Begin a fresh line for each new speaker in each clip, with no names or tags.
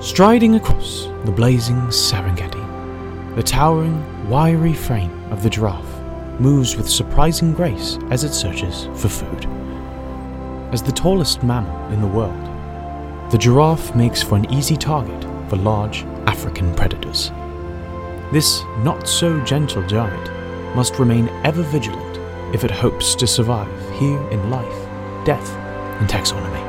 Striding across the blazing Serengeti, the towering, wiry frame of the giraffe moves with surprising grace as it searches for food. As the tallest mammal in the world, the giraffe makes for an easy target for large African predators. This not so gentle giant must remain ever vigilant if it hopes to survive here in life, death, and taxonomy.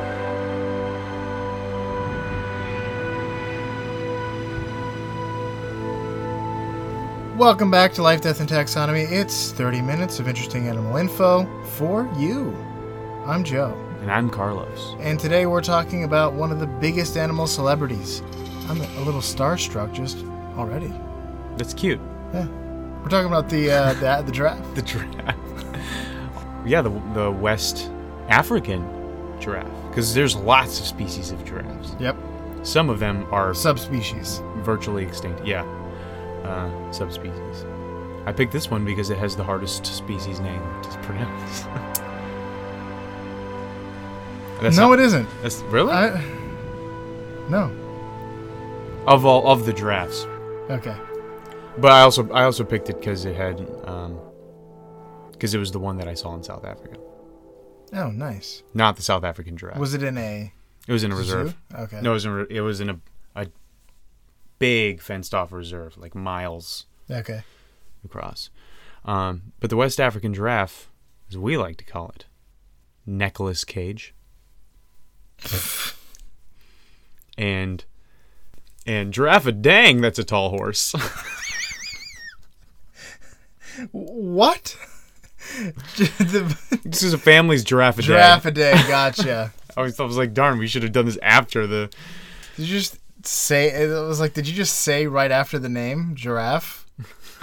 Welcome back to Life, Death, and Taxonomy. It's 30 minutes of interesting animal info for you. I'm Joe,
And I'm Carlos.
and today we're talking about one of the biggest animal celebrities. I'm a little starstruck just already.
That's cute.
Yeah. We're talking about the uh, the, the giraffe.
The giraffe. yeah, the, the West African giraffe. Because there's lots of species of giraffes.
Yep.
Some of them are
Subspecies.
virtually extinct. Yeah. Uh, subspecies. I picked this one because it has the hardest species name to pronounce. That's
no,
not-
it isn't.
That's really
I, no.
of all of the drafts,
Okay.
but I also I also picked it because it had um because it was the one that I saw in South Africa,
Oh, nice.
not the South African giraffe.
Was it in a
it was in a reserve.
zoo? Okay.
No, it was in, a re- it was in a a big fenced off reserve, like miles
Okay.
across. Um, but the West African giraffe, as we like to call it, Nicholas Cage, and and giraffe a dang that's a tall horse.
What? the
This is a family's giraffe a
giraffe
day.
a day. Gotcha.
I was, I was like, darn, we should have done this after the.
Did you just say it was like did you just say right after the name giraffe?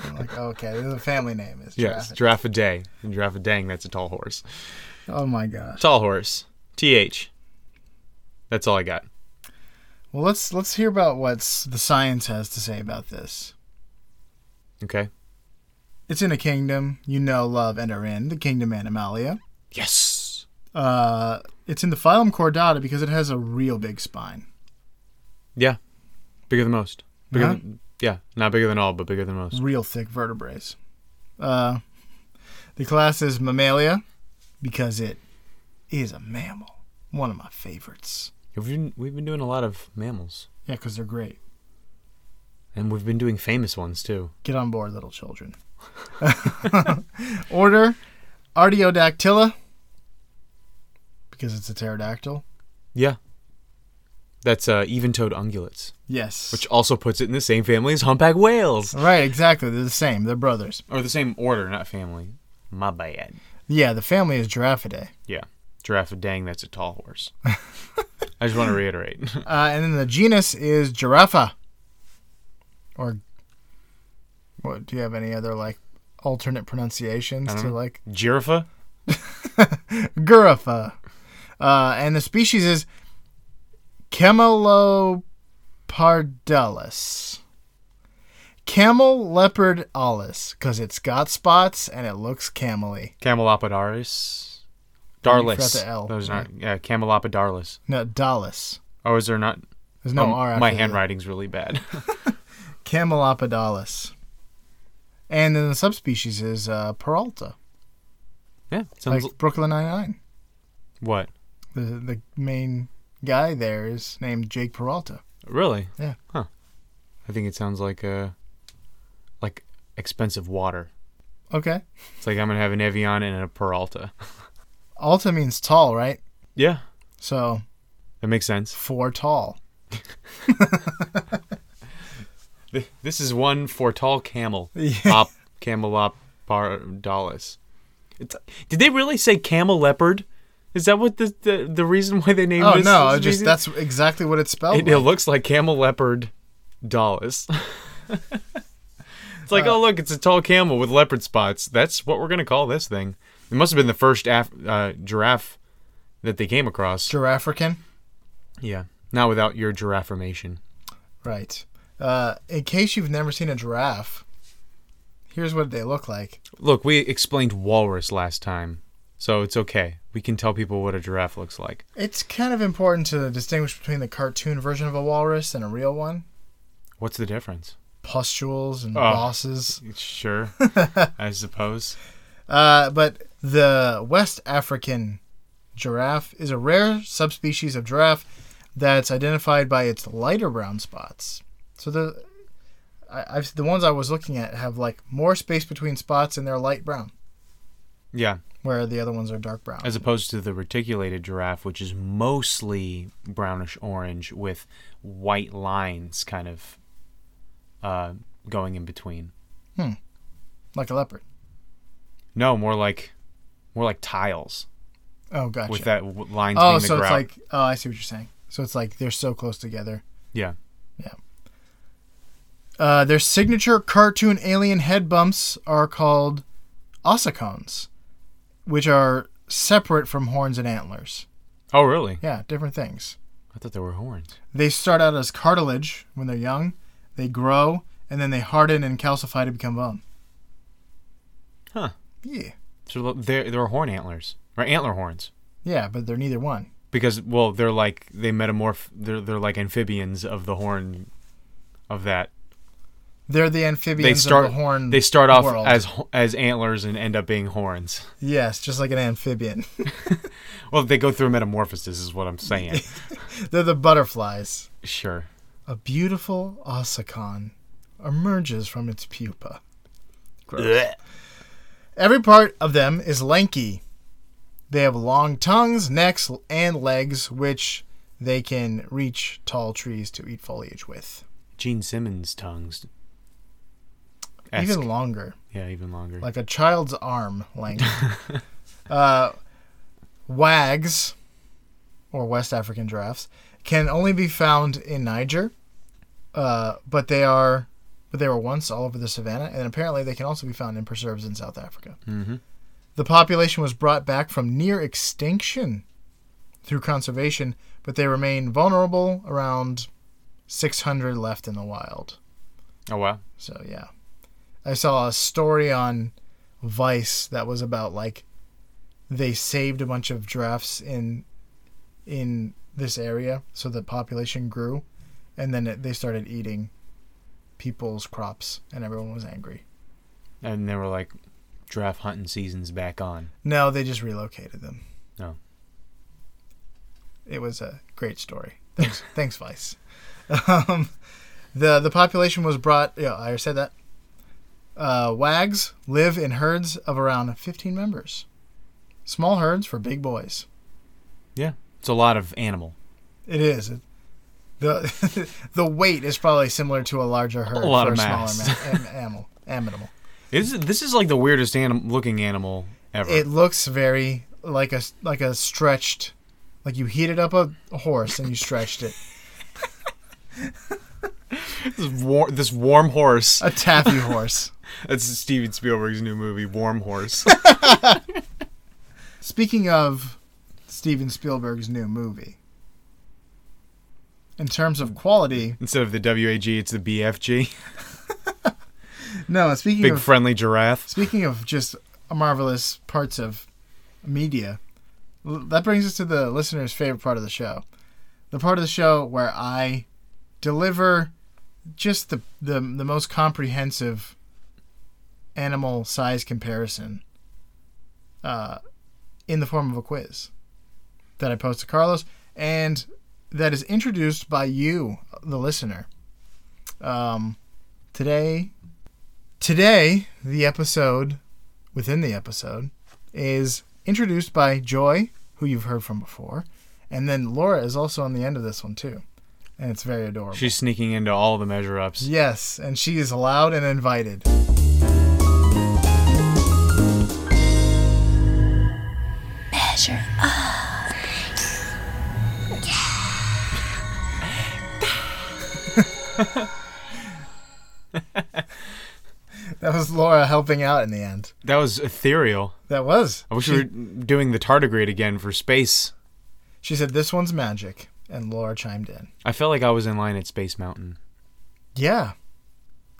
I'm like, okay, this is a family name. It's
Yes,
giraffe.
giraffe a day. And giraffe a dang, that's a tall horse.
oh my gosh.
Tall horse. TH. That's all I got.
Well let's let's hear about what the science has to say about this.
Okay.
It's in a kingdom you know, love, and are in, the kingdom Animalia.
Yes.
Uh, it's in the phylum Chordata because it has a real big spine.
Yeah. Bigger than most. Bigger
Huh?
than, yeah. Not bigger than all, but bigger than most.
real thick vertebrae. Uh, the class is Mammalia because it is a mammal. One of my favorites.
We've been, we've been doing a lot of mammals.
Yeah, because they're great.
And we've been doing famous ones, too.
Get on board, little children. Order Artiodactyla because it's a pterodactyl.
Yeah. That's uh, even toed ungulates,
Yes.
which also puts it in the same family as humpback whales.
right, exactly. They're the same. They're brothers.
Or the same order, not family. My bad.
Yeah, the family is Giraffidae.
Yeah. Giraffe, dang, that's a tall horse. I just want to reiterate.
Uh, and then the genus is Giraffa. Or what? Do you have any other like alternate pronunciations
don't
to
know.
like
Giraffe?
Giraffa? Uh, and the species is Camelopardalis. Camel leopard allis, because it's got spots and it looks camely.
Camelopardalis?
You forgot
Darlis.
the L.
Those aren't. Yeah, Camelopardalis.
No, dallas.
Oh, is there not?
There's no
um,
R after
my
the-
handwriting's really bad.
Camelopardalis. And then the subspecies is uh, Peralta.
yeah. Sounds.
like Brooklyn Nine Nine.
what?
The the main guy there is named Jake Peralta.
Really?
Yeah.
Huh. I think it sounds like uh Like expensive water.
Okay.
It's like I'm going to have an Evian and a Peralta.
Alta means tall, right?
yeah.
So
That makes sense.
four tall.
Th- This is one for tall camel.
Yeah.
Op, Camelopardalis. It's, did they really say camel leopard? Is that what the the, the reason why they named
Oh
this?
no, I
species?
just that's exactly what it's spelled.
It, it
like.
looks like camel leopard Dallas. it's like, oh look, it's a tall camel with leopard spots. That's what we're gonna call this thing. It must have been the first af- uh, giraffe that they came across.
Giraffican.
yeah, not without your giraffirmation.
Right. Uh, in case you've never seen a giraffe, here's what they look like.
Look, we explained walrus last time, so it's okay. we can tell people what a giraffe looks like.
It's kind of important to distinguish between the cartoon version of a walrus and a real one.
What's the difference?
Pustules and
Oh.
bosses.
Sure, I suppose.
Uh, but the West African giraffe is a rare subspecies of giraffe that's identified by its lighter brown spots. So the I, I've the ones I was looking at have like more space between spots and they're light brown,
Yeah,
where the other ones are dark brown.
as opposed to the reticulated giraffe, which is mostly brownish orange with white lines kind of uh, going in between.
like a leopard.
No, more like more like tiles
Oh, gotcha.
with that w- lines
oh,
being the
so it's
grout.
like oh, I see what you're saying. So it's like they're so close together.
yeah,
Uh, their signature cartoon alien head bumps are called ossicones, which are separate from horns and antlers.
Oh, really?
Yeah, different things.
I thought there were horns.
They start out as cartilage when they're young, they grow, and then they harden and calcify to become bone.
Huh.
Yeah.
So lo- they're, they're horn antlers, or antler horns.
Yeah, but they're neither one.
Because, well, they're like, they metamorph, they're, they're like amphibians of the horn of that.
They're the
They
amphibians
start,
of the horn.
they start off
world.
as ho- as antlers and end up being horns.
yes, just like an amphibian.
Well, they go through metamorphosis, is what I'm saying.
they're the butterflies.
sure.
A beautiful ossicon emerges from its pupa. Every part of them is lanky. They have long tongues, necks, and legs, which they can reach tall trees to eat foliage with.
Gene Simmons tongues. Esque.
Even longer,
yeah, even longer.
like a child's arm length. uh, wags, or West African giraffes, can only be found in Niger, uh, but they are, but they were once all over the savannah, and apparently they can also be found in preserves in South Africa.
mm-hmm.
The population was brought back from near extinction through conservation, but they remain vulnerable around 600 left in the wild.
Oh, wow.
So, yeah. I saw a story on Vice that was about like they saved a bunch of giraffes in in this area so the population grew and then it, they started eating people's crops and everyone was angry.
And they were like, giraffe hunting season's back on.
No, they just relocated them.
Oh.
It was a great story. Thanks, thanks, Vice. Um, the the population was brought. Yeah, I said that. Uh, wags live in herds of around 15 members. Small herds for big boys.
Yeah. It's a lot of animal.
It is. It- The the weight is probably similar to a larger herd
A lot
for
of
a
mass.
smaller ma- am- animal. Animal.
This is, this is like the weirdest anim- looking animal ever.
It looks very like a like a stretched, like you heated up a horse and you stretched it.
this, war- this warm horse.
A taffy horse.
That's Steven Spielberg's new movie, Warm Horse.
Speaking of Steven Spielberg's new movie, in terms of quality,
Instead of the WAG, it's the BFG.
no. Speaking
Big
of
friendly giraffe.
speaking of just marvelous parts of media, l- that brings us to the listener's favorite part of the show, the part of the show where I deliver just the the, the most comprehensive animal size comparison uh, in the form of a quiz that I post to Carlos and that is introduced by you, the listener. Um, today Today, the episode within the episode is introduced by Joy, who you've heard from before, and then Laura is also on the end of this one too, and it's very adorable.
She's sneaking into all the measure ups.
yes, and she is allowed and invited. That was Laura helping out in the end.
That was ethereal.
That was.
I wish
she,
we were doing the tardigrade again for space.
she said this one's magic, and Laura chimed in.
I felt like I was in line at Space Mountain.
Yeah,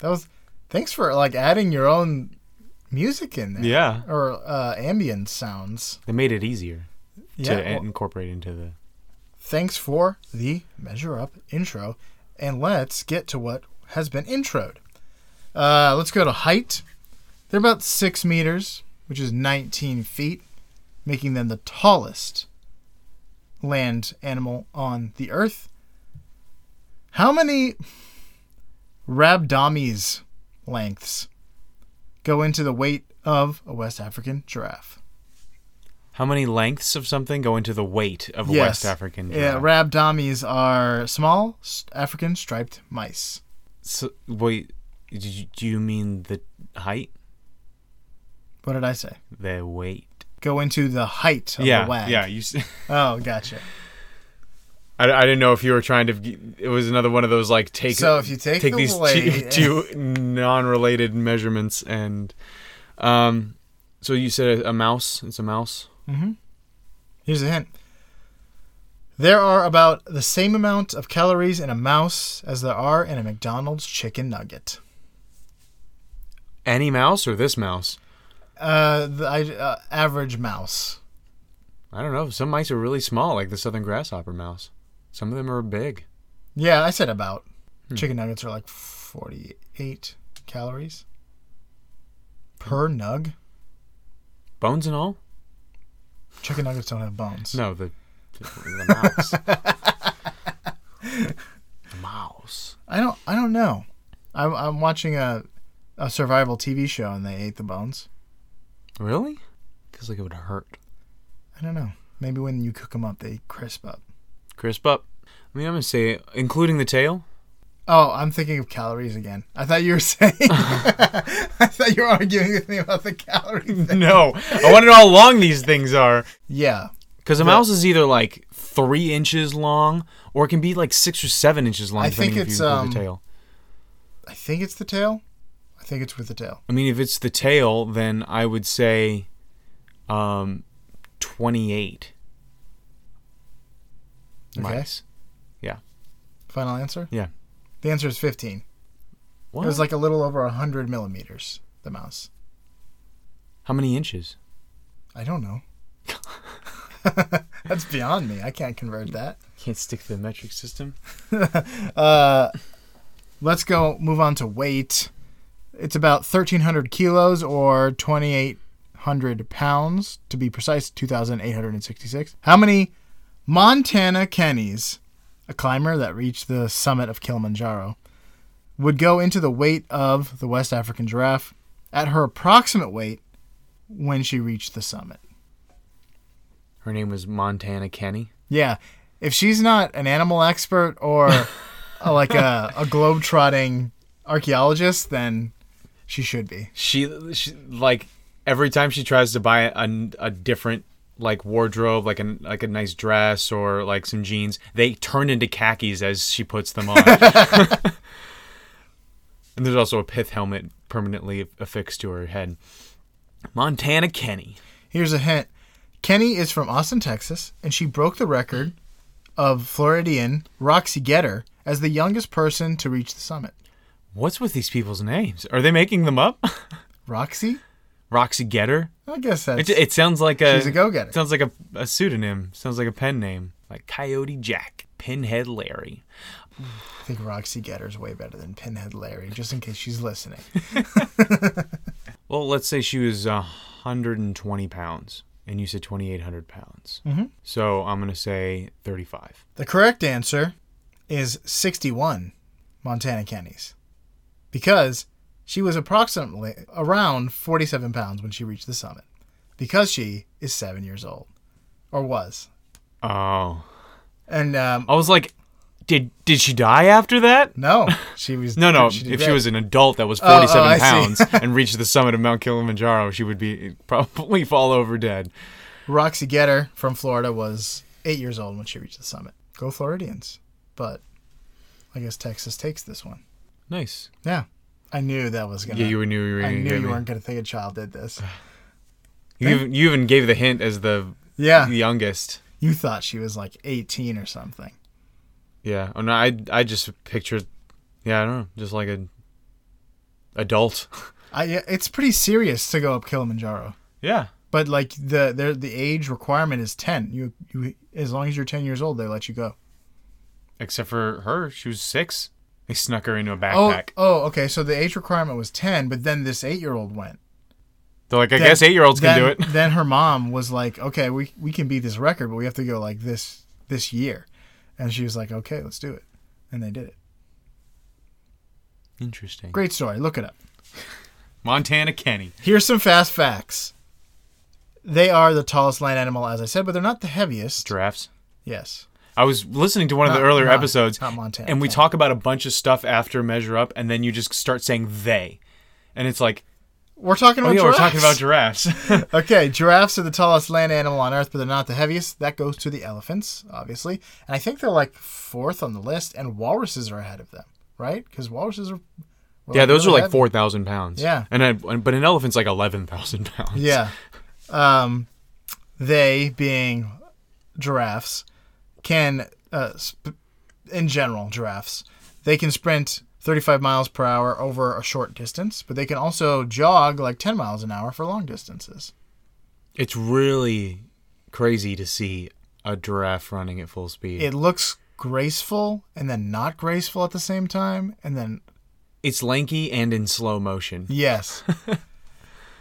that was. Thanks for like adding your own music in there.
Yeah.
or uh, ambient sounds.
They made it easier.
Yeah,
to
well-
incorporate into the
Thanks for the measure up intro, and let's get to what has been introed. Uh, let's go to height. They're about six meters, which is 19 feet, making them the tallest land animal on the earth. How many rabdomies lengths go into the weight of a West African giraffe?
how many lengths of something go into the weight of a West African
Yeah,
giraffe?
rabdomies are small s- African striped mice.
So, wait, do you, do you mean the height,
What did I say?
the weight?
Go into the height of
yeah,
the wag.
yeah. You, s-
Oh, gotcha.
I, I didn't know if you were trying to. g- It was another one of those like take.
So if you take the
these
weight-
two, two non-related measurements and, um, so you said a, a mouse. It's a mouse.
Here's a hint. There are about the same amount of calories in a mouse as there are in a McDonald's chicken nugget.
Any mouse or this mouse?
Uh, the I, uh, average mouse.
I don't know. Some mice are really small, like the southern grasshopper mouse. Some of them are big.
Yeah, I said about.
Hmm.
Chicken nuggets are like 48 calories per nug.
Bones and all?
Chicken nuggets don't have bones.
No, the the, the mouse. the mouse.
I don't. I don't know. I'm, I'm watching a, a survival TV show and they ate the bones.
Really? Feels like it would hurt.
I don't know. Maybe when you cook them up, they crisp up.
Crisp up. I mean, I'm gonna say, including the tail.
Oh, I'm thinking of calories again. I thought you were saying. I thought you were arguing with me about the calories.
No, I want to know how long these things are.
Yeah.
Because a mouse is either like three inches long, or it can be like six or seven inches long.
I
depending
think
if
it's,
you include
um,
the tail.
I think it's the tail. I think it's with the tail.
I mean, if it's the tail, then I would say, um, twenty-eight.
Okay.
Mice.
Final answer.
Yeah.
The answer is 15.
What?
It was like a little over 100 millimeters. The mouse.
how many inches?
I don't know. That's beyond me. I can't convert that.
Can't stick to the metric system.
Uh, let's go move on to weight. It's about 1,300 kilos or 2,800 pounds, to be precise, 2,866. How many Montana Kennys, a climber that reached the summit of Kilimanjaro, would go into the weight of the West African giraffe at her approximate weight when she reached the summit?
Her name was Montana Kenny.
Yeah. If she's not an animal expert or uh, like a, a globe-trotting archaeologist, then she should be.
She, she like every time she tries to buy a, a different like wardrobe, like an like a nice dress or like some jeans, they turn into khakis as she puts them on. and there's also a pith helmet permanently affixed to her head. Montana Kenny.
Here's a hint. Kenny is from Austin, Texas, and she broke the record of Floridian Roxy Getter as the youngest person to reach the summit.
What's with these people's names? Are they making them up?
Roxy?
Roxy Getter.
I guess that's
It, it sounds like a. uh,
She's a go-getter.
Sounds like a, a pseudonym. Sounds like a pen name, like Coyote Jack, Pinhead Larry.
I think Roxy Getter's way better than Pinhead Larry, just in case she's listening.
Well, let's say she was 120 pounds, and you said 2,800 pounds. Mm-hmm. So I'm gonna say 35.
The correct answer is 61 Montana Kennys because she was approximately around 47 pounds when she reached the summit because she is seven years old or was.
Oh,
And um,
I was like, did did she die after that?
no, she was.
No, no.
did
if she
great.
was an adult that was
Oh, oh,
47
I see.
pounds and reached the summit of Mount Kilimanjaro, she would be probably fall over dead.
Roxy Getter from Florida was eight years old when she reached the summit. Go Floridians. But I guess Texas takes this one.
Nice.
Yeah. I knew that was going to.
Yeah, you knew you were.
I
gonna
knew
get
you
me.
weren't going to think a child did this.
You even, you even gave the hint as the
Yeah.
youngest.
You thought she was like 18 or something.
Yeah. Oh no, I I just pictured. Yeah, I don't know, just like an adult.
I, yeah, it's pretty serious to go up Kilimanjaro.
yeah.
But like the their the age requirement is ten. You you as long as you're ten years old, they let you go.
Except for her, she was six. They snuck her into a
Oh,
backpack.
oh, okay. So the age requirement was ten, but then this eight year old went.
They're like, I guess eight year olds can do
then-
it.
then her mom was like, "Okay, we we can beat this record, but we have to go like this this year," and she was like, "Okay, let's do it," and they did it.
Interesting.
Great story. Look it up.
Montana Kenny.
Here's some fast facts. They are the tallest land animal, as I said, but they're not the heaviest.
Giraffes.
Yes.
I was listening to one of the
Not-
earlier
not-
episodes,
not Montana
and we
Kenny.
talk about a bunch of stuff after Measure Up, and then you just start saying they, and it's like,
We're talking
oh
about
yeah, we're
giraffes.
talking about giraffes.
okay, giraffes are the tallest land animal on Earth, but they're not the heaviest. That goes to the elephants, obviously, and I think they're like fourth on the list. And walruses are ahead of them, right? Because walruses are. were,
yeah, those are like
really heavy.
four thousand pounds.
Yeah.
and I, but an elephant's like eleven thousand pounds.
Yeah. Um, they being giraffes can, uh, sp- in general, giraffes, they can sprint 35 miles per hour over a short distance, but they can also jog like 10 miles an hour for long distances.
it's really crazy to see a giraffe running at full speed.
It looks graceful and then not graceful at the same time, and then
it's lanky and in slow motion.
Yes.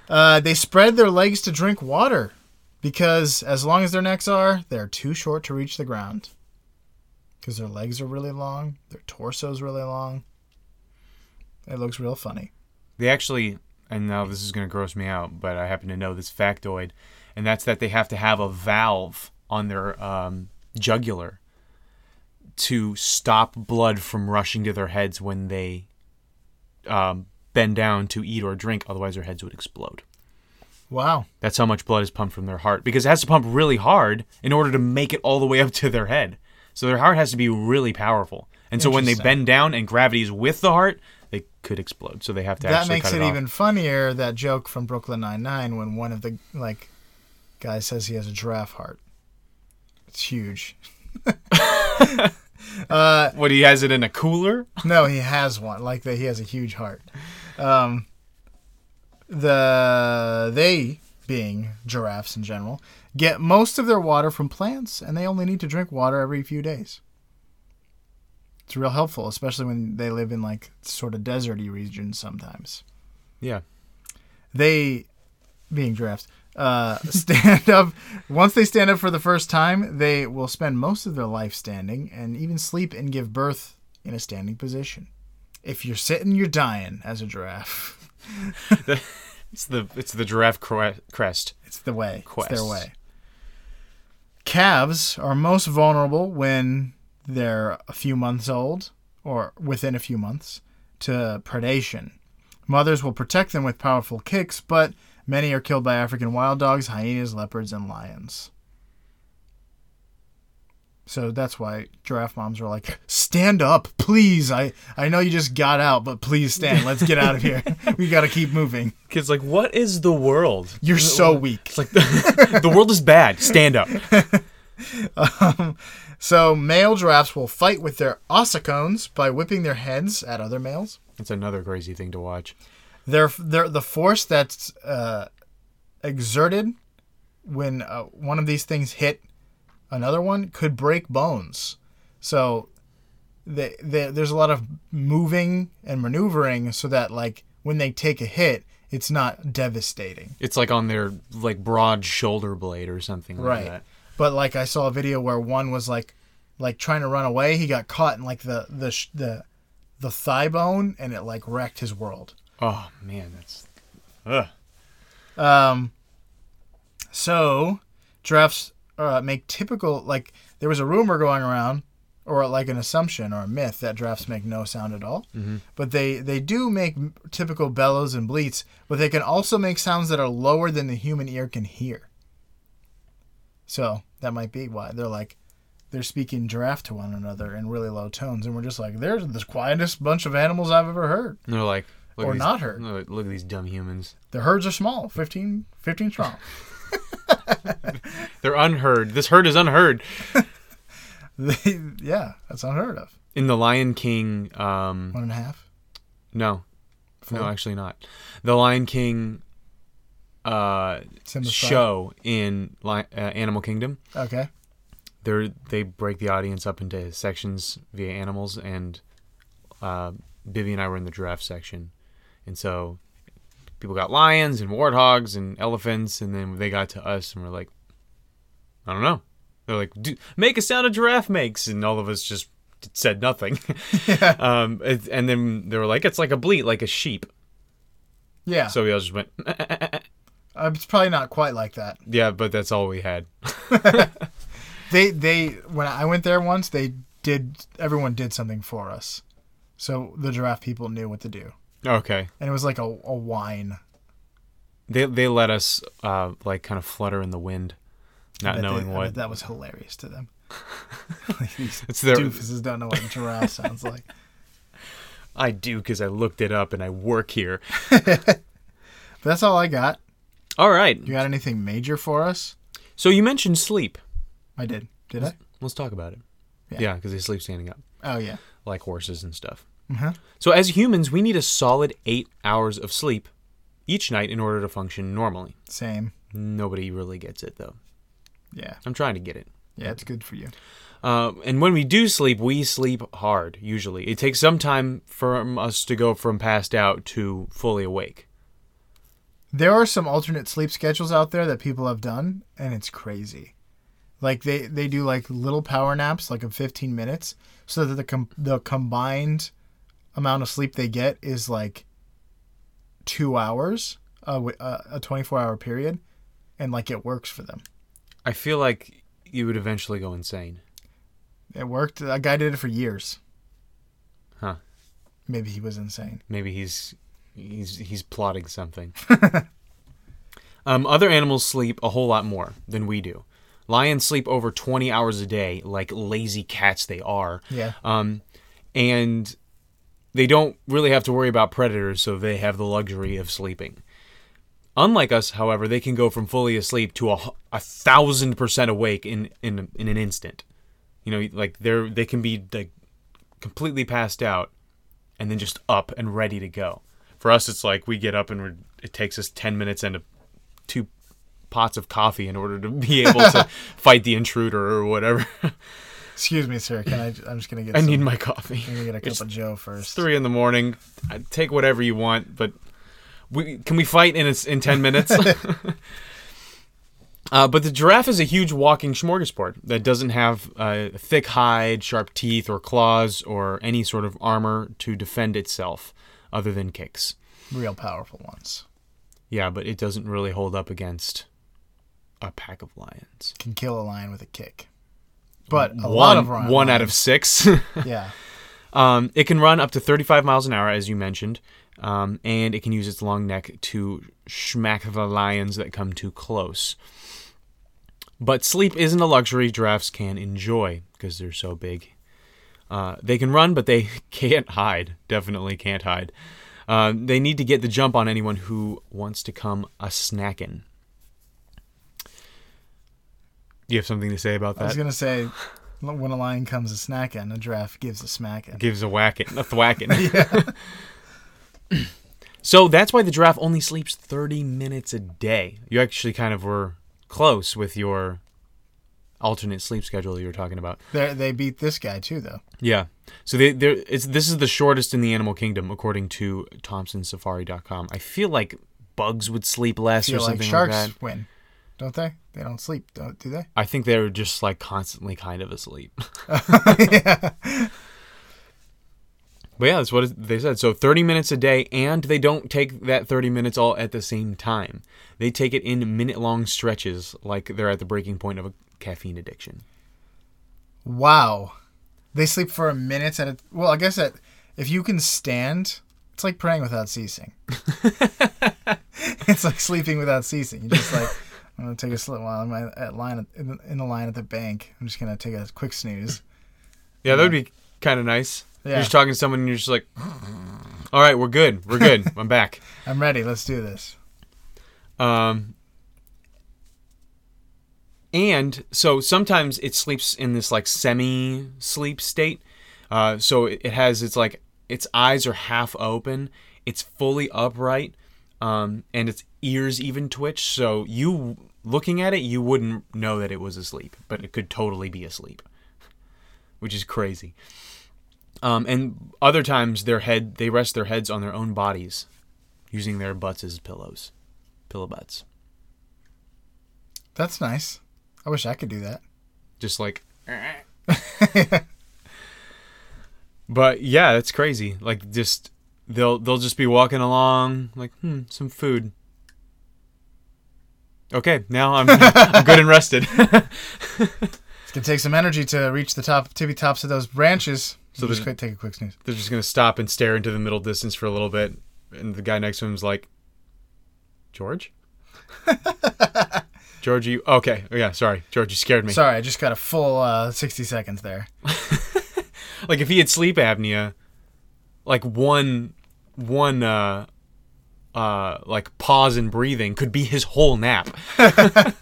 uh, they spread their legs to drink water because as long as their necks are, they're too short to reach the ground. Because their legs are really long, their torso's really long. It looks real funny.
They actually, and now this is going to gross me out, but I happen to know this factoid, and that's that they have to have a valve on their um, jugular to stop blood from rushing to their heads when they um, bend down to eat or drink. Otherwise, their heads would explode.
Wow.
That's how much blood is pumped from their heart because it has to pump really hard in order to make it all the way up to their head. So their heart has to be really powerful. And so when they
Interesting.
bend down and gravity is with the heart, they could explode. So they have to
that
actually
makes
cut
it,
it, off.
even funnier that joke from Brooklyn Nine Nine when one of the like guys says he has a giraffe heart. It's huge.
What he has it in a cooler?
No, he has one. Like that, he has a huge heart. Um, the they being giraffes in general get most of their water from plants, and they only need to drink water every few days. It's real helpful, especially when they live in like sort of deserty regions. Sometimes
Yeah.
they, being giraffes, uh, stand up. Once they stand up for the first time, they will spend most of their life standing and even sleep and give birth in a standing position. If you're sitting, you're dying as a giraffe.
It's the it's the giraffe cre- crest.
It's the way. It's
Quest.
their way. Calves are most vulnerable when they're a few months old or within a few months to predation. Mothers will protect them with powerful kicks, but many are killed by African wild dogs, hyenas, leopards, and lions. So that's why giraffe moms were like, "Stand up, please! I I know you just got out, but please stand. Let's get out of here. we got to keep moving.
Kids like, what is the world?
You're so weak."
It's like the, the world is bad. Stand up.
So male giraffes will fight with their ossicones by whipping their heads at other males.
It's another crazy thing to watch.
They're, they're the force that's uh, exerted when uh, one of these things hit another one could break bones. So they, they, there's a lot of moving and maneuvering so that like when they take a hit, it's not devastating.
It's like on their like broad shoulder blade or something like
right
that.
but like i saw a video where one was like like trying to run away he got caught in like the the sh- the, the thigh bone and it like wrecked his world
Oh man, that's ugh.
um so giraffes uh, make typical like there was a rumor going around or like an assumption or a myth that giraffes make no sound at all but they they do make m- typical bellows and bleats but they can also make sounds that are lower than the human ear can hear so that might be why they're like they're speaking giraffe to one another in really low tones and we're just like they're the quietest bunch of animals i've ever heard
And they're like, look
Or
at these,
not her.
Look, look at these dumb humans.
the herds are small 15 15 strong
They're unheard. This herd is unheard.
They- yeah that's unheard of
In the Lion King, um,
One and a half.
no,
Full.
no, actually not. The Lion King, uh,
Simba's
show in Li- uh, Animal Kingdom,
Okay.
they they break the audience up into sections via animals, and uh, Bibby and I were in the giraffe section, and so people got lions and warthogs and elephants, and then they got to us and we're like, I don't know. They're like, "Do- make a sound a giraffe makes, and all of us just said nothing. um, and and then they were like, it's like a bleat, like a sheep.
Yeah.
So we all just went, "Eh,
Uh, it's probably not quite like that.
yeah, but that's all we had.
They they when I went there once, they did everyone did something for us. So the giraffe people knew what to do.
Okay.
And it was like a, a wine.
They they let us uh, like kind of flutter in the wind,
I
not
bet they-
knowing
I
what.
bet that was hilarious to them. These
It's their-
doofuses don't know what a giraffe sounds like.
I do because I looked it up and I work here.
But that's all I got.
All right.
You got anything major for us?
So you mentioned sleep.
I did. Did I?
Let's talk about it.
Yeah.
Yeah, because they sleep standing up,
Oh yeah.
like horses and stuff.
Uh-huh.
So as humans, we need a solid eight hours of sleep each night in order to function normally.
Same.
Nobody really gets it though.
Yeah.
I'm trying to get it.
Yeah, it's good for you.
Um, and when we do sleep, we sleep hard. Usually, it takes some time for um, us to go from passed out to fully awake.
There are some alternate sleep schedules out there that people have done, and it's crazy. Like they they do like little power naps, like of 15 minutes, so that the com- the combined amount of sleep they get is like two hours, uh, wi- uh, a 24 hour period, and like it works for them.
I feel like you would eventually go insane.
It worked. A guy did it for years.
Huh.
Maybe he was insane.
Maybe he's he's he's plotting something. um, other animals sleep a whole lot more than we do. Lions sleep over 20 hours a day, like lazy cats they are.
Yeah.
Um, and they don't really have to worry about predators, so they have the luxury of sleeping. Unlike us, however, they can go from fully asleep to a, hu- a thousand percent awake in, in in an instant. You know, like they're they can be like completely passed out, and then just up and ready to go. For us, it's like we get up and we're, it takes us ten minutes and a, two pots of coffee in order to be able to fight the intruder or whatever.
Excuse me, sir. Can I? I'm just gonna get.
I
some-
need my coffee.
I'm gonna get a cup
It's
of Joe first.
three in the morning. I- Take whatever you want, but we can we fight in it's in ten minutes. Uh, but the giraffe is a huge walking smorgasbord that doesn't have uh, thick hide, sharp teeth, or claws, or any sort of armor to defend itself other than kicks.
Real powerful ones.
Yeah, but it doesn't really hold up against a pack of lions.
can kill a lion with a kick. But a
one,
lot of lion-
one out of six.
yeah,
Um, it can run up to 35 miles an hour, as you mentioned, um, and it can use its long neck to smack the lions that come too close. But sleep isn't a luxury giraffes can enjoy because they're so big. Uh, they can run, but they can't hide. Definitely can't hide. Um, they need to get the jump on anyone who wants to come a snacking. Do you have something to say about
I was
that?
gonna say when a lion comes a snacking, a giraffe gives a smacking.
gives a whacking, a thwacking. so that's why the giraffe only sleeps 30 minutes a day. You actually kind of were close with your alternate sleep schedule you were talking about.
They they beat this guy too though.
Yeah. So they, they're, it's, this is the shortest in the animal kingdom, according to ThompsonSafari.com. I feel like bugs would sleep less
Feel
or
like
something
sharks
like that.
win, don't they? They don't sleep, don't do they?
I think they're just like constantly kind of asleep. But yeah, that's what they said. So 30 minutes a day, and they don't take that 30 minutes all at the same time. They take it in minute long stretches, like they're at the breaking point of a caffeine addiction.
Wow, they sleep for a minute at a. Well, I guess that if you can stand, it's like praying without ceasing. it's like sleeping without ceasing. You just like. I'm gonna take a sli while I'm at- at line in the- in the line at the bank. I'm just gonna take a quick snooze.
Yeah, that would be kind of nice.
Yeah.
You're just talking to someone, and you're just like, all right, we're good. We're good. I'm back.
I'm ready. Let's do this.
Um, and so sometimes it sleeps in this like semi sleep state. Uh, so it, it has its like its eyes are half open, it's fully upright, um, and its ears even twitch. So you looking at it, you wouldn't know that it was asleep, but it could totally be asleep, which is crazy. Um, and other times, their head they rest their heads on their own bodies, using their butts as pillows, pillow butts,
That's nice. I wish I could do that.
just like. but yeah, that's crazy. Like just they'll they'll just be walking along, like hmm, some food. Okay, now I'm, I'm good and rested.
It's gonna take some energy to reach the top tippy tops of those branches. So
there's-
just quick, take a quick snooze.
they're just gonna stop and stare into the middle distance for a little bit, and the guy next to him's like, George. George, you okay? Oh, yeah, sorry, George, you scared me.
Sorry, I just got a full uh, sixty seconds there.
Like if he had sleep apnea, like one, one, uh, uh, like pause in breathing could be his whole nap. but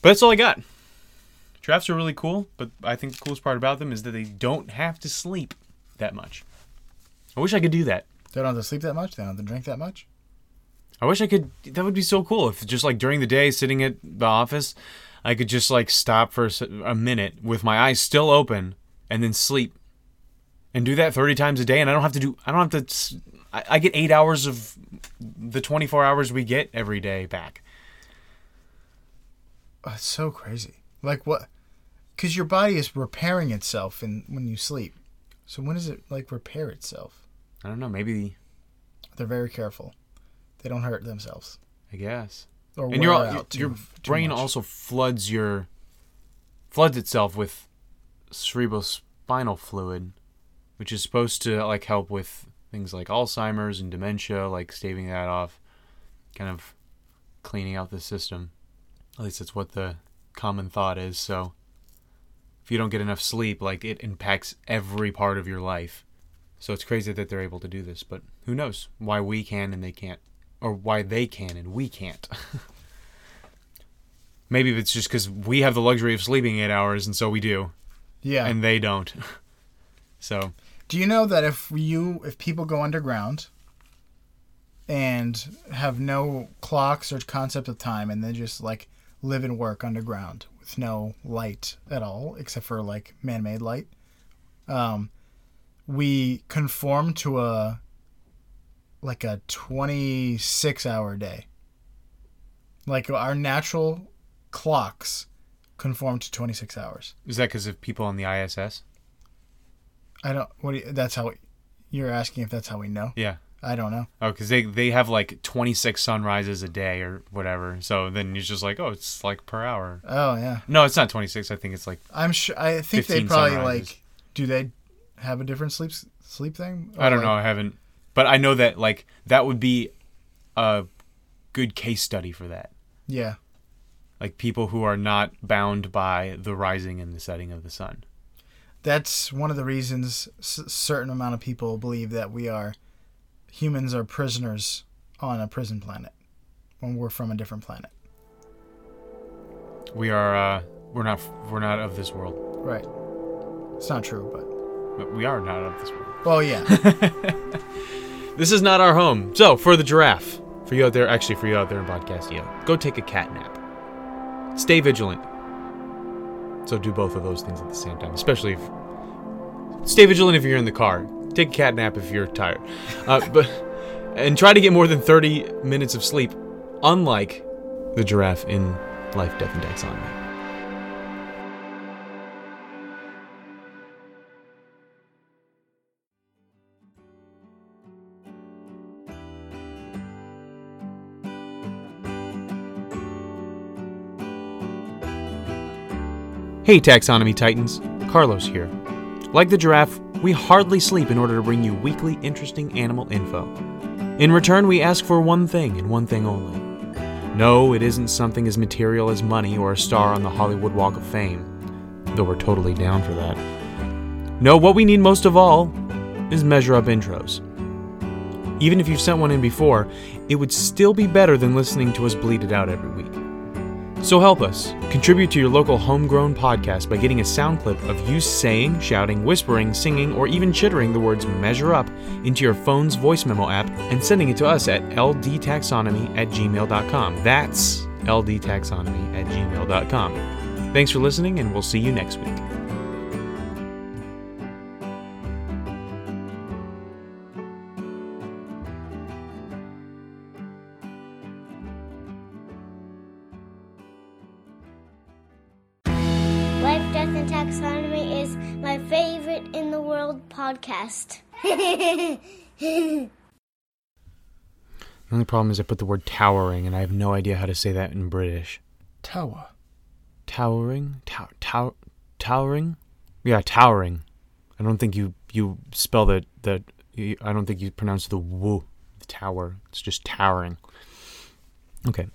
that's all I got. Giraffes are really cool, but I think the coolest part about them is that they don't have to sleep that much. I wish I could do that.
They don't have to sleep that much. They don't have to drink that much.
I wish I could. That would be so cool if just like during the day, sitting at the office, I could just like stop for a, s- a minute with my eyes still open and then sleep, and do that thirty times a day, and I don't have to do. I don't have to. s- I, I get eight hours of the twenty-four hours we get every day back.
Oh, it's so crazy. Like what? Because your body is repairing itself in when you sleep. So when does it like repair itself?
I don't know. Maybe
They're very careful. They don't hurt themselves
I guess.
or
and
wear
your your,
out. too-
your
too
brain
much.
also floods your floods itself with cerebrospinal fluid, which is supposed to like help with things like Alzheimer's and dementia, like staving that off, kind of cleaning out the system. At least that's what the common thought is. So if you don't get enough sleep, like it impacts every part of your life. So it's crazy that they're able to do this, but who knows why we can and they can't, or why they can and we can't. Maybe it's just because we have the luxury of sleeping eight hours, and so we do,
Yeah.
and they don't. So
Do you know that if you if people go underground and have no clocks or concept of time and they just like live and work underground with no light at all except for like man-made light um we conform to a like a 26 hour day like our natural clocks conform to 26 hours
is that because of people on the ISS?
I don't. What? Do you, that's how. You're asking if that's how we know.
Yeah.
I don't know.
Oh, because they they have like twenty six sunrises a day or whatever. So then you're just like, oh, it's like per hour.
Oh yeah.
No, it's not twenty six. I think it's like
I'm sure. I think they
15
probably
sunrises.
like. Do they have a different sleep sleep thing? Or,
I don't
like-
know. I haven't, but I know that like that would be a good case study for that.
Yeah.
Like people who are not bound by the rising and the setting of the sun.
That's one of the reasons s- certain amount of people believe that we are humans are prisoners on a prison planet when we're from a different planet.
We are uh, we're not we're not of this world.
Right. It's not true, but
But we are not of this world.
well, yeah.
This is not our home. So, for the giraffe, for you out there, actually, for you out there in Podcastio, go take a cat nap. Stay vigilant. So, do both of those things at the same time, especially if. Stay vigilant if you're in the car. Take a cat nap if you're tired. Uh, but And try to get more than 30 minutes of sleep, unlike the giraffe in Life, Death, and Taxonomy. Hey, Taxonomy Titans, Carlos here. Like the giraffe, we hardly sleep in order to bring you weekly interesting animal info. In return, we ask for one thing and one thing only. No, it isn't something as material as money or a star on the Hollywood Walk of Fame, though we're totally down for that. No, what we need most of all is measure up intros. Even if you've sent one in before, it would still be better than listening to us bleed it out every week. So help us. Contribute to your local homegrown podcast by getting a sound clip of you saying, shouting, whispering, singing, or even chittering the words measure up into your phone's voice memo app and sending it to us at ldtaxonomy at gmail.com. That's ldtaxonomy at gmail.com. Thanks for listening, and we'll see you next week.
Life, Death, and Taxonomy is my favorite in the world podcast.
The only problem is I put the word towering, and I have no idea how to say that in British.
Tower.
Towering? Tow- tow- towering? Yeah, towering. I don't think you, you spell the, the, you- I don't think you pronounce the woo, the tower. It's just towering. Okay.